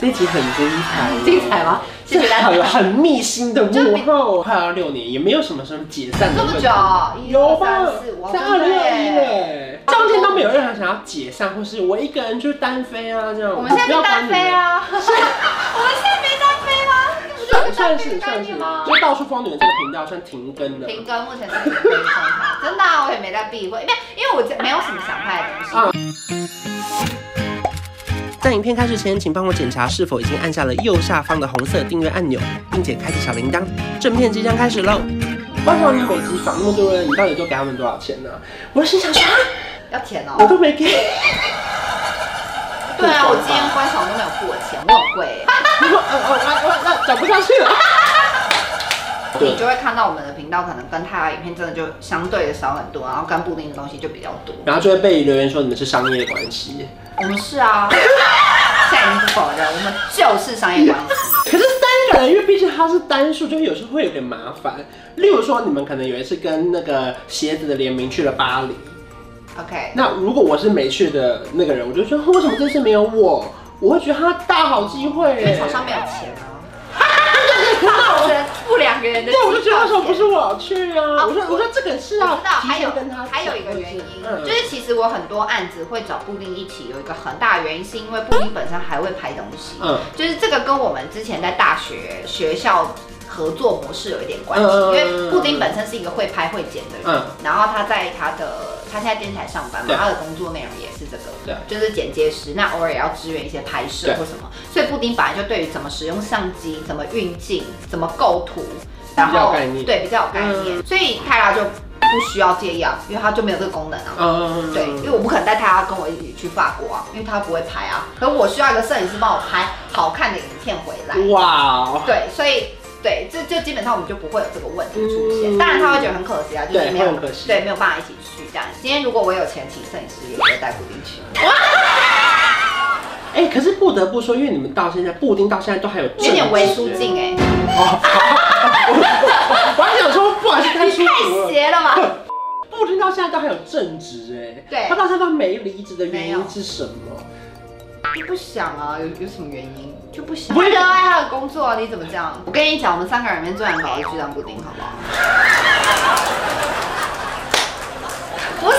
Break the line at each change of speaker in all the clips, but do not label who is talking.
这一集很精彩哦，
精彩吗？谢谢大家。
很很密心的
就
幕
没
后，啊快要六年，也没有什么什么解散的
这么
问题
久，，一
有
二
吧
三四五，？
在
真
二
的
零二一
耶！
嘞，中间都没有任何想要解散，或是我一个人就单飞啊这样。
我们现在
不要
就
管
单
你们
飞。啊！我们现在没单飞吗？那不就是单
算
飞
是
的概
算是
念吗，？
就到处风女这个频道算停更的。
停更，目前是停更状态。真的、啊，我也没在避讳，因为因为我这没有什么想拍的东西。
在影片开始前，请帮我检查是否已经按下了右下方的红色订阅按钮，并且开启小铃铛。正片即将开始喽！为什么你每集访那么多人，你到底都给他们多少钱呢、我心想说，啊
要填哦、
我都没给。
对啊，我今天观赏都没有付我钱，我很贵耶、
你说，呃呃呃呃，那讲不下 去了。
你就会看到我们的频道可能跟他的影片真的就相对的少很多，然后跟布丁的东西就比较多。
然后就会被留言说你们是商业关系。
我们是啊，现在已经不否认，我们就是商业关系。
可是三个人，因为毕竟它是单数，就有时候会有点麻烦。例如说，你们可能有一次跟那个鞋子的联名去了巴黎，
OK，
那如果我是没去的那个人，我就说为什么这次没有我？我会觉得他大好机会
因为
耶
厂。商没有钱啊。那我觉得付两个人的机
对，
票
我就觉得为什么不
钱
是我去啊？
哦
我说我说这个是
我
啊
知道，，还有
提前跟他讲
还有一个原因，
嗯
就是其实我很多案子会找布丁一起，有一个很大的原因是因为布丁本身还会拍东西，
嗯
就是这个跟我们之前在大学学校合作模式有一点关系，
嗯嗯嗯
因为布丁本身是一个会拍会剪的人，
嗯
然后他在他的他现在电视台上班嘛
对，
他的工作内容也是这个，
对
就是剪接师，那偶尔也要支援一些拍摄
对
或什么，所以布丁本来就对于怎么使用相机、怎么运镜、怎么构图，然
比较有
后
概念嗯
对比较有概念，所以泰拉就不需要这样，因为他就没有这个功能啊。
嗯，
对，因为我不可能带他跟我一起去法国啊，因为他不会拍啊。可我需要一个摄影师帮我拍好看的影片回来。
哇哦，
对，所以对，这就基本上我们就不会有这个问题出现。
嗯
当然他会觉得很可惜啊，就是
对
没有
会很可惜
对没有办法一起去这样。今天如果我有钱请摄影师，也不会带固定去。
哎，可是不得不说，因为你们到现在布丁到现在都还有正职
有点微出镜哎、
哦，好 我我还想说，不好意思，太舒服
太
了。
邪了吧？
布丁到现在都还有正职哎，
对
他到现在没离职的原
没有
因是什么？
就不想啊，有有什么原因？就不想，
不
不
是
热爱他的工作啊，你怎么这样？我跟你讲，我们三个人里面最难搞的就是当布丁，好不好？不是，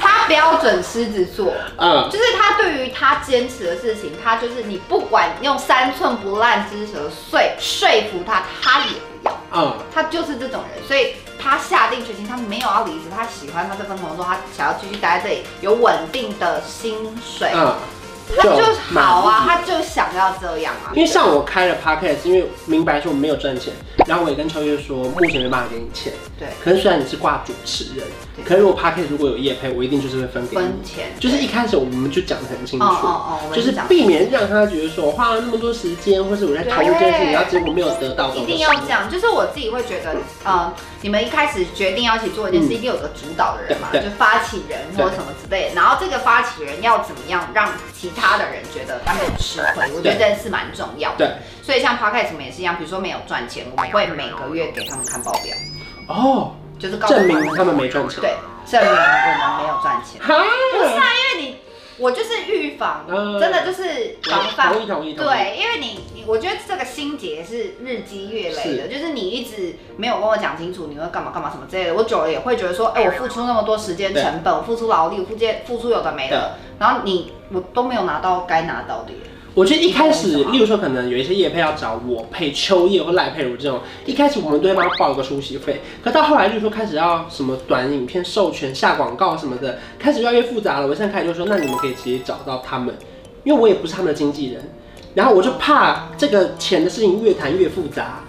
他标准狮子座，
嗯，
就是他对于他坚持的事情，他就是你不管用三寸不烂之舌说说服他，他也不要，
嗯，
他就是这种人，所以他下定决心，他没有要离职，他喜欢他这份工作，他想要继续待在这里，有稳定的薪水，
嗯，
他就是好啊，
就
他就想要这样啊
因。为像我开了 podcast，因为明白说我没有赚钱，然后我也跟超越说，目前没办法给你钱。
对，
可是虽然你是挂主持人，
对
可是如果 podcast 如果有业配，我一定就是会分给
分
你。
钱
就是一开始我们就讲得很清楚，
哦哦哦我们
就是
讲
避免让他觉得说我花了那么多时间，或是我在投入这件事情，
对
然后结果没有得到东西。
一定要这样，就是我自己会觉得，呃，你们一开始决定要一起做一件事，一定有个主导的人嘛，
嗯对
就
对
发起人或者什么之类的。然后这个发起人要怎么样让其他的人觉得他没有吃亏，我觉得这件事蛮重要的。
对，
所以像 podcast 我们也是一样，比如说没有赚钱，我们会每个月给他们看报表，
哦，
就是告诉
证明他们没赚钱。
对，证明我们没有赚钱。
哈，
不是啊，因为你我就是预防，
嗯
真的就是防范
同意同意同意。，
啊对，因为你你，我觉得这个心结是日积月累的，就是你一直没有跟我讲清楚你会干嘛干嘛什么之类的，我久了也会觉得说，哎、我付出那么多时间
对
成本，我付出劳力，我付接付出有的没的，然后你我都没有拿到该拿到的耶。
我觉得一开始，例如说可能有一些业配要找我配秋叶或赖佩如这种，一开始我们都会帮他报一个出席费，可到后来，例如说开始要什么短影片授权、下广告什么的，开始越来越复杂了。我现在开始就说，那你们可以直接找到他们，因为我也不是他们的经纪人，然后我就怕这个钱的事情越谈越复杂，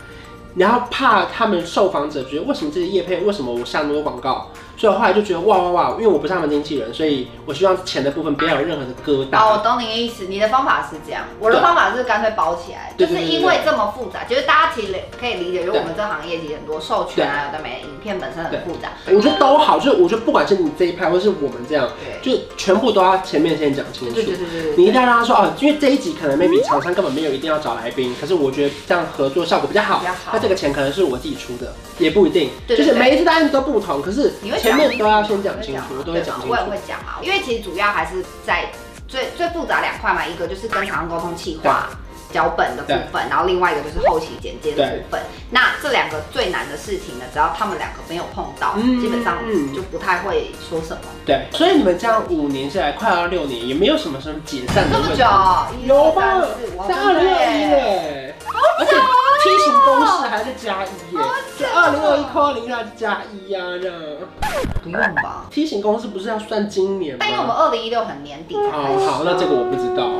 然后怕他们受访者觉得为什么这些业配，为什么我下那么多广告，所以我后来就觉得哇哇哇，因为我不是他们经纪人，所以我希望钱的部分不要有任何的疙瘩。
哦，我懂你的意思，你的方法是这样，我
嗯
的
对
方法是干脆包起来，
对
就
对
是
对对
因为这么复杂，就是大家其实可以理解，就是
对
我们这行业其实很多授权啊，有的没的，影片本身
对
很复杂，
我觉得都好，就是我觉得不管是你这一派，或是我们这样，
对，
就全部都要前面先讲清楚
对。对对对对。
你一定要让他说哦，因为这一集可能 maybe 厂商根本没有一定要找来宾，可是我觉得这样合作效果比较好。
比较好
那这个钱可能是我自己出的，也不一定。
对对
就是
对
每一次的案子都不同，可是
你会
前
讲
面都要先讲清楚，我都会
对啊
讲清
我
楚
也。会讲啊，因为其实主要还是在最最复杂两块嘛，一个就是跟厂商沟通企划。脚本的部分，然后另外一个就是后期剪接的
对
部分。那这两个最难的事情呢，只要他们两个没有碰到，
嗯
基本上
嗯
就不太会说什么。
对，所以你们这样五年下来，快要六年，也没有什么什么解散的
这么
问
久啊
题。，
一
有
二
吧
三四，五，
在二零二一
对
耶，而且
哦
梯形公式还是加一耶，就二零二一扣二零二加一呀这样。
不用吧？
梯形公式不是要算今年吗
但因？为哎我们二零一六很年底才开
嗯哦，
始，
好，那这个我不知道。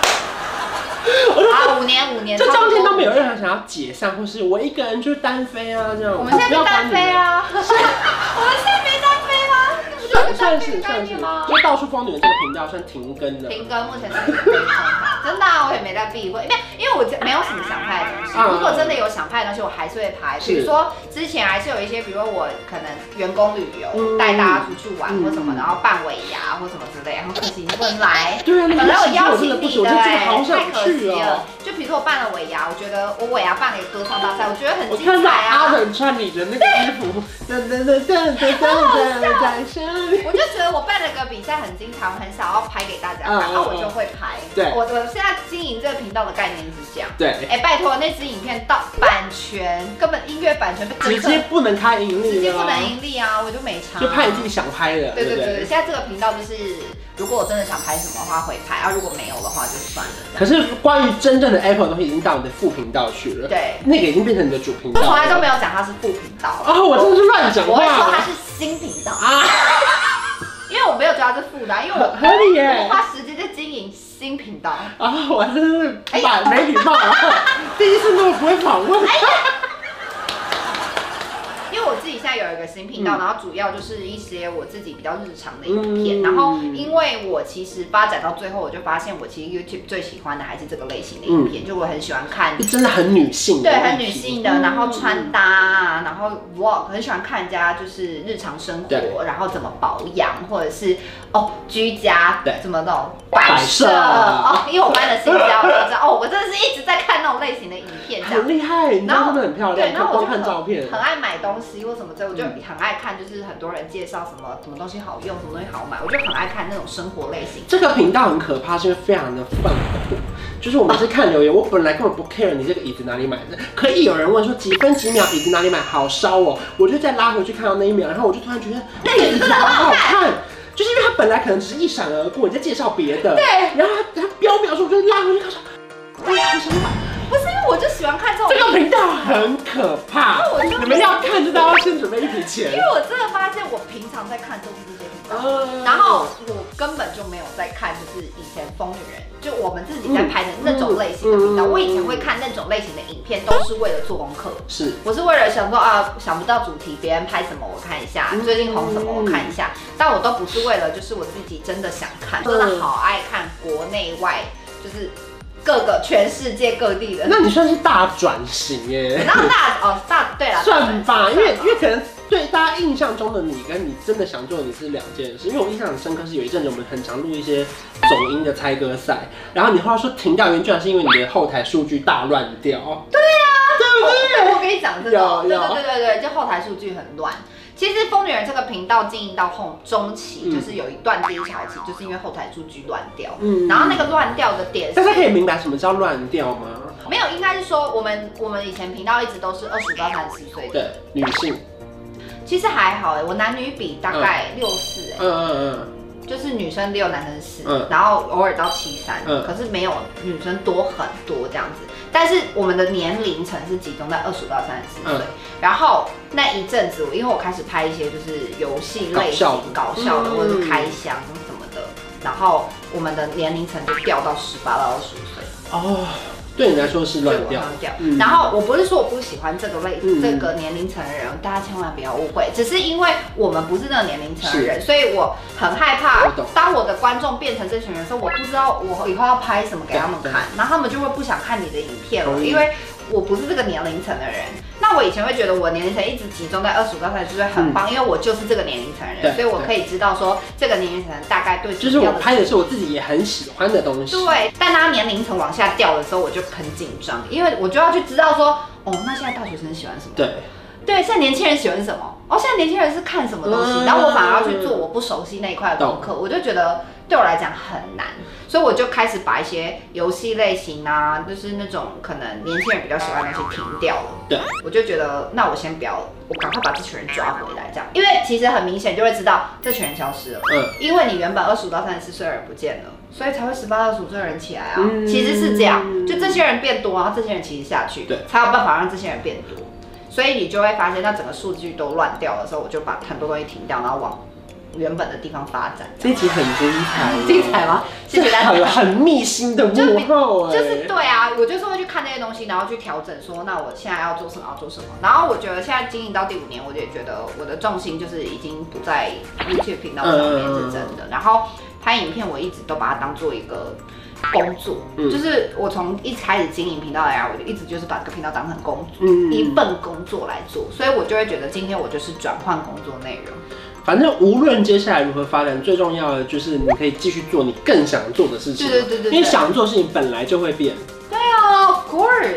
啊，五年五年，
这中间都没
有。
有任何想要解散，或是我一个人就是单飞啊这样。
我们现在
不
就
要管
单
你
飞
们。
啊！ 我们现在没单飞吗？这不就是
算算
单飞
是
的概
算是，
念吗？
就到处疯女人这个频道算停更了。
停更，目前是停更状态。真的、啊，我也没在避讳，因为因为我这没有什么想拍的东西。
嗯
如果真的有想拍的东西，我还是会拍。
是
比如说之前还是有一些，比如说我可能员工旅游，
嗯
带大家出去玩
嗯
或什么，然后办尾牙或什么之类，然后可惜你不能来。
对啊，那
本
个
来我
其实
邀
真的
请
不
你
行，我觉
的
得这个
哎、
好
太
想
可惜
去哦
了。。就比如说我办了尾牙，我觉得我尾牙办了一个歌唱大赛，我觉得
我
很
看
精
到
彩
阿
啊。
本穿你的那个衣服，噔噔噔噔噔噔噔在身边。
我就觉得我办了个比赛很精彩，我很想要拍给大家
嗯
看，那、
嗯
我就会拍。
对
我我现在经营这个频道的概念是这样。
对，
哎、拜托，那支影片到版权，根本音乐版权被整
直
个
接不能开盈
直
利
接
了
不
啊，
能盈利啊，我就没差、
就拍你自己。想拍的，
对
对
对
不
对对，
对？
现在这个频道就是，如果我真的想拍什么的话会拍，啊，如果没有的话就算了。
可是关于真正的 Apple 的东西已经到你的副频道去了，
对，
那个已经变成你的主频道
我
了。
从来都没有讲它是副频道
啊， 我真的是乱讲
我会说它
话
是新频道，
啊，
因为我没有觉得它是副的啊，因为我
很合理
我
耶。
花时间在经营新频道。
啊，我真是蛮没礼貌
哎
啊，第一次那么不会访问。
因为我自己现在有一个新频道，
嗯
然后主要就是一些我自己比较日常的影片。
嗯
然后，因为我其实发展到最后，我就发现我其实 YouTube 最喜欢的还是这个类型的影
嗯
片，就我很喜欢看，
真的很女性，
对，很女
嗯
性的，然后穿搭啊，然后 Vlog，很喜欢看人家就是日常生活，
对
然后怎么保养，或者是哦居家
对
怎么那种
摆设
哦，因为我搬了新家，我就知道哦，我真的是一直在看那种类型的影片这样
很。厉害，你知道他们很漂亮，
对，然后我
光
就
看
很
照片，嗯
很爱买东西或什么之类，我就很爱看，就是很多人介绍什么什么东西好用，什么东西好买，我就很爱看那种生活类型。
这个频道很可怕，是因为非常的放火。就是我们是看留言，我本来根本不 care 你这个椅子哪里买的，可一有人问说几分几秒椅子哪里买，好烧哦，我就再拉回去看到那一秒，然后我就突然觉得那个椅子好好看，就是因为它本来可能只是一闪而过，你在介绍别的，
对，
然后它它标秒数，我就拉回去看说，哎呀，好想买，
不是因为我就喜欢看这种，
这个频道很可怕
那我就，
你们要看就大家要先准备一笔钱
因为。我真的发现我平常在看都是这些频道。
呃
然后我根本就没有在看，就是以前疯女人，就我们自己在拍的那种类型的频道。
嗯嗯嗯
我以前会看那种类型的影片，都是为了做功课。
是
我是为了想说啊，想不到主题，别人拍什么我看一下，
嗯
最近红什么我看一下，但我都不是为了，就是我自己真的想看，
嗯
真的好爱看国内外，就是各个全世界各地的。
那你算是大转型耶，
然后大哦大对了，
算吧，因为因为
为
可能对大家印象中的你跟你真的想做的你是两件事。因为我印象很深刻是有一阵子我们很常录一些走音的猜歌赛，然后你后来说停掉原因居然是因为你的后台数据大乱掉。对啊，
我跟你讲这种，
有
对
有
对对对对，就后台数据很乱。其实疯女人这个频道经营到后中期，
嗯
就是有一段低潮期，就是因为后台数据乱掉。
对不对？嗯
然后那，个乱掉的点是，
大家可以明白什么叫乱掉吗？
没有，应该是说我们我们以前频道一直都是二十到三十岁的，
对，女性，
其实还好哎、我男女比大概六四哎，
嗯嗯
就是女生六，男生四、
嗯
然后偶尔到七三、
嗯
可是没有女生多很多这样子。但是我们的年龄层是集中在二十到三十岁、
嗯
然后那一阵子，我因为我开始拍一些就是游戏类型、搞
搞笑的
笑
嗯
的，或者是开箱什么的，然后我们的年龄层就掉到十八到二十五岁。
嗯，哦，对你来说是乱掉
就。我掉
嗯
然后我不是说我不喜欢这个类、
嗯
这个年龄层的人，大家千万不要误会，只是因为我们不是那个年龄层的人，所以我很害怕
我懂，
当我的观众变成这群人的时候，我不知道我以后要拍什么给他们
对
看，然后他们就会不想看你的影片了，
同意
因为我不是这个年龄层的人。那我以前会觉得我年龄层一直集中在二十五到三十岁很棒，因为我就是这个年龄层的人，
嗯对
所以我
对
可以知道说这个年龄层大概对什
就是
么
我
样的
拍的是我自己也很喜欢的东西。
对，但他年龄层往下掉的时候，我就很紧张，因为我就要去知道说，哦，那现在大学生喜欢什么？
对，
对，现在年轻人喜欢什么？哦，现在年轻人是看什么东西？
嗯
然后我反而要去做我不熟悉那一块的功课，我就觉得对我来讲很难，所以我就开始把一些游戏类型啊，就是那种可能年轻人比较喜欢的东西停掉了。
对，
我就觉得那我先不要，我赶快把这群人抓回来，这样，因为其实很明显就会知道这群人消失了，
嗯，
因为你原本二十五到三十四岁的人不见了，所以才会十八到十五岁的人起来啊。
嗯
其实是这样，就这些人变多，然后这些人其实下去，
对
才有办法让这些人变多。所以你就会发现，那整个数据都乱掉的时候，我就把很多东西停掉，然后往原本的地方发 展。
这一集很精彩哦，
精彩吗？谢
这
谢大家。
很很密心的幕后哎、
就是对啊，我就是会去看那些东西，然后去调整说，那我现在要做什么，要做什么。然后我觉得现在经营到第五年，我也觉得我的重心就是已经不在 YouTube 频道上面
嗯
是真的。然后拍影片，我一直都把它当做一个工作，
嗯
就是我从一开始经营频道来啊，我就一直就是把这个频道当成工作。
嗯
一份工作来做，所以我就会觉得今天我就是转换工作内容。
反正无论接下来如何发展，最重要的就是你可以继续做你更想做的事情。
对对对对对
因为想做的事情本来就会变，啊
哦、of course，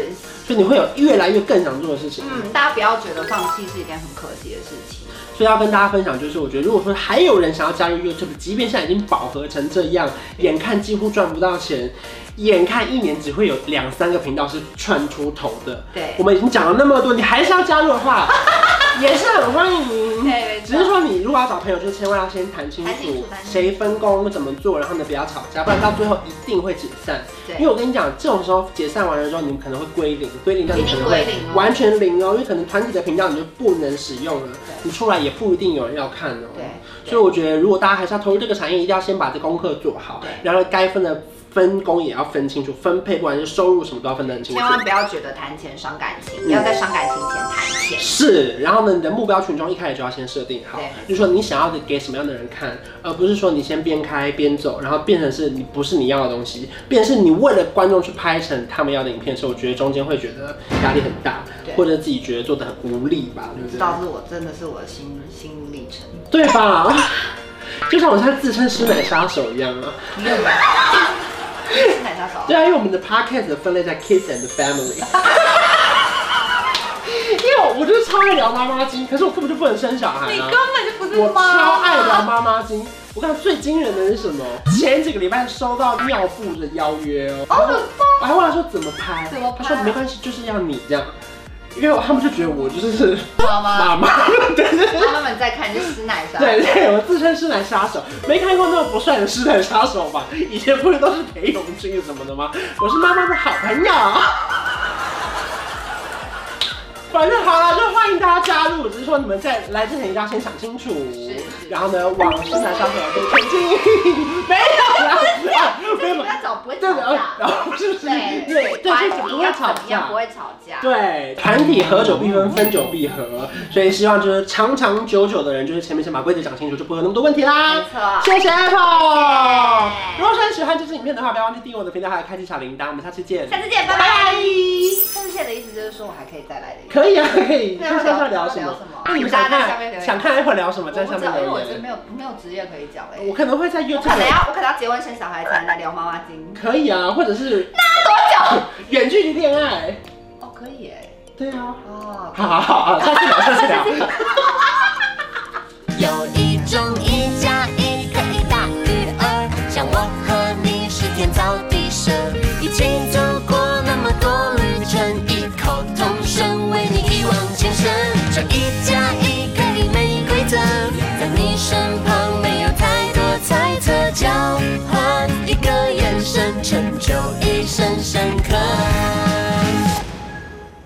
所以你会有越来越更想做的事情。
嗯，大家不要觉得放弃是一件很可惜的事情。
所以要跟大家分享，就是我觉得如果说还有人想要加入 YouTube，即便现在已经饱和成这样，眼看几乎赚不到钱，眼看一年只会有两三个频道是窜出头的，
对
我，们已经讲了那么多，你还是要加入的 话，也是很欢迎。
对，
只是说你如果要找朋友，就千万要先谈清楚
谈清楚谈清楚
谁分工怎么做，然后呢不要吵架，不然到最后一定会解散。
对
因为我跟你讲，这种时候解散完了之后，你们可能会归零，归零到你
一定
可能会
归零哦
完全零哦，因为可能团体的频道你就不能使用了，你出来也不一定有人要看哦。
对，
所以我觉得，如果大家还是要投入这个产业，一定要先把这功课做好，然后该分的分工也要分清楚，分配不管是收入什么都要分得很清楚
千。万不要觉得谈钱伤感情，
嗯
要在伤感情前谈钱。
是，然后呢，你的目标群众一开始就要先设定好
对，
就是说你想要给什么样的人看，而不是说你先边开边走，然后变成是你不是你要的东西，变成是你为了观众去拍成他们要的影片的时候，我觉得中间会觉得压力很大，
对
或者自己觉得做的很无力吧，对不
知
对？
道是我真的是我的心心路历程，
对吧？ 就像我现在自称师奶杀手一样啊，
没有吧？是奶茶少，
对啊，因为我们的 podcast 的分类在 kids and family，因为我就是超爱聊妈妈经，可是我根本就不能生小孩、啊，
本就不
我超爱聊妈妈经。我看最惊人的是什么？前几个礼拜收到尿布的邀约哦，然后我还问他说怎么拍，
怎么拍啊
他说没关系，就是要你这样，因为他们就觉得我就是
妈妈，
妈妈， 对对对
妈妈们在看就是吃奶茶，
对对，我自称师奶杀手，没看过那么不帅的师奶杀手吧？以前不是都是裴勇俊什么的吗？我是妈妈的好朋友。 反正好了，就欢迎大家加入，只是说你们在来之前一定要先想清楚
是，
然后呢，往师奶杀手的前进。没有啦，啊没有
不
啦
要找不会
对
吵
的，
架，
然后不是不是
对
对对，就是不会吵
怎
架
么样不。会吵架，
对，团体合久必分，分久必合，所以希望就是长长久久的人，就是前面先把规则讲清楚，就不会有那么多问题啦。
没错
谢谢 Apple。
谢
如果说你喜欢这支影片的话，不要忘记订阅我的频道，还有开启小铃铛。我们下次见。
下次见，拜拜。上线的意思就是说我还可以再来的意思。
可以啊，可以。
对
那下次要聊什
要
么
聊什么？
那你们想
大家在下
看
面留言
想看 Apple 聊什么，
我
在
不
下
知
面
道，因为
留
我真
言。
没有没有职业可以讲哎、
我可能会在
我可能
YouTube。
要我可能要结婚生小孩才能来聊妈妈经。
可以啊，或者是
那多久？
远距离恋爱。
哦，可以哎、
对啊。
哦。
好好好好，下次聊，下次聊。
有一种一加一可以大于二，像我和你是天造地设，一起走过那么多旅程，异口同声为你一往情深。这一加一可以没规则，在你身旁没有太多猜测，交换一个眼神，成就一生深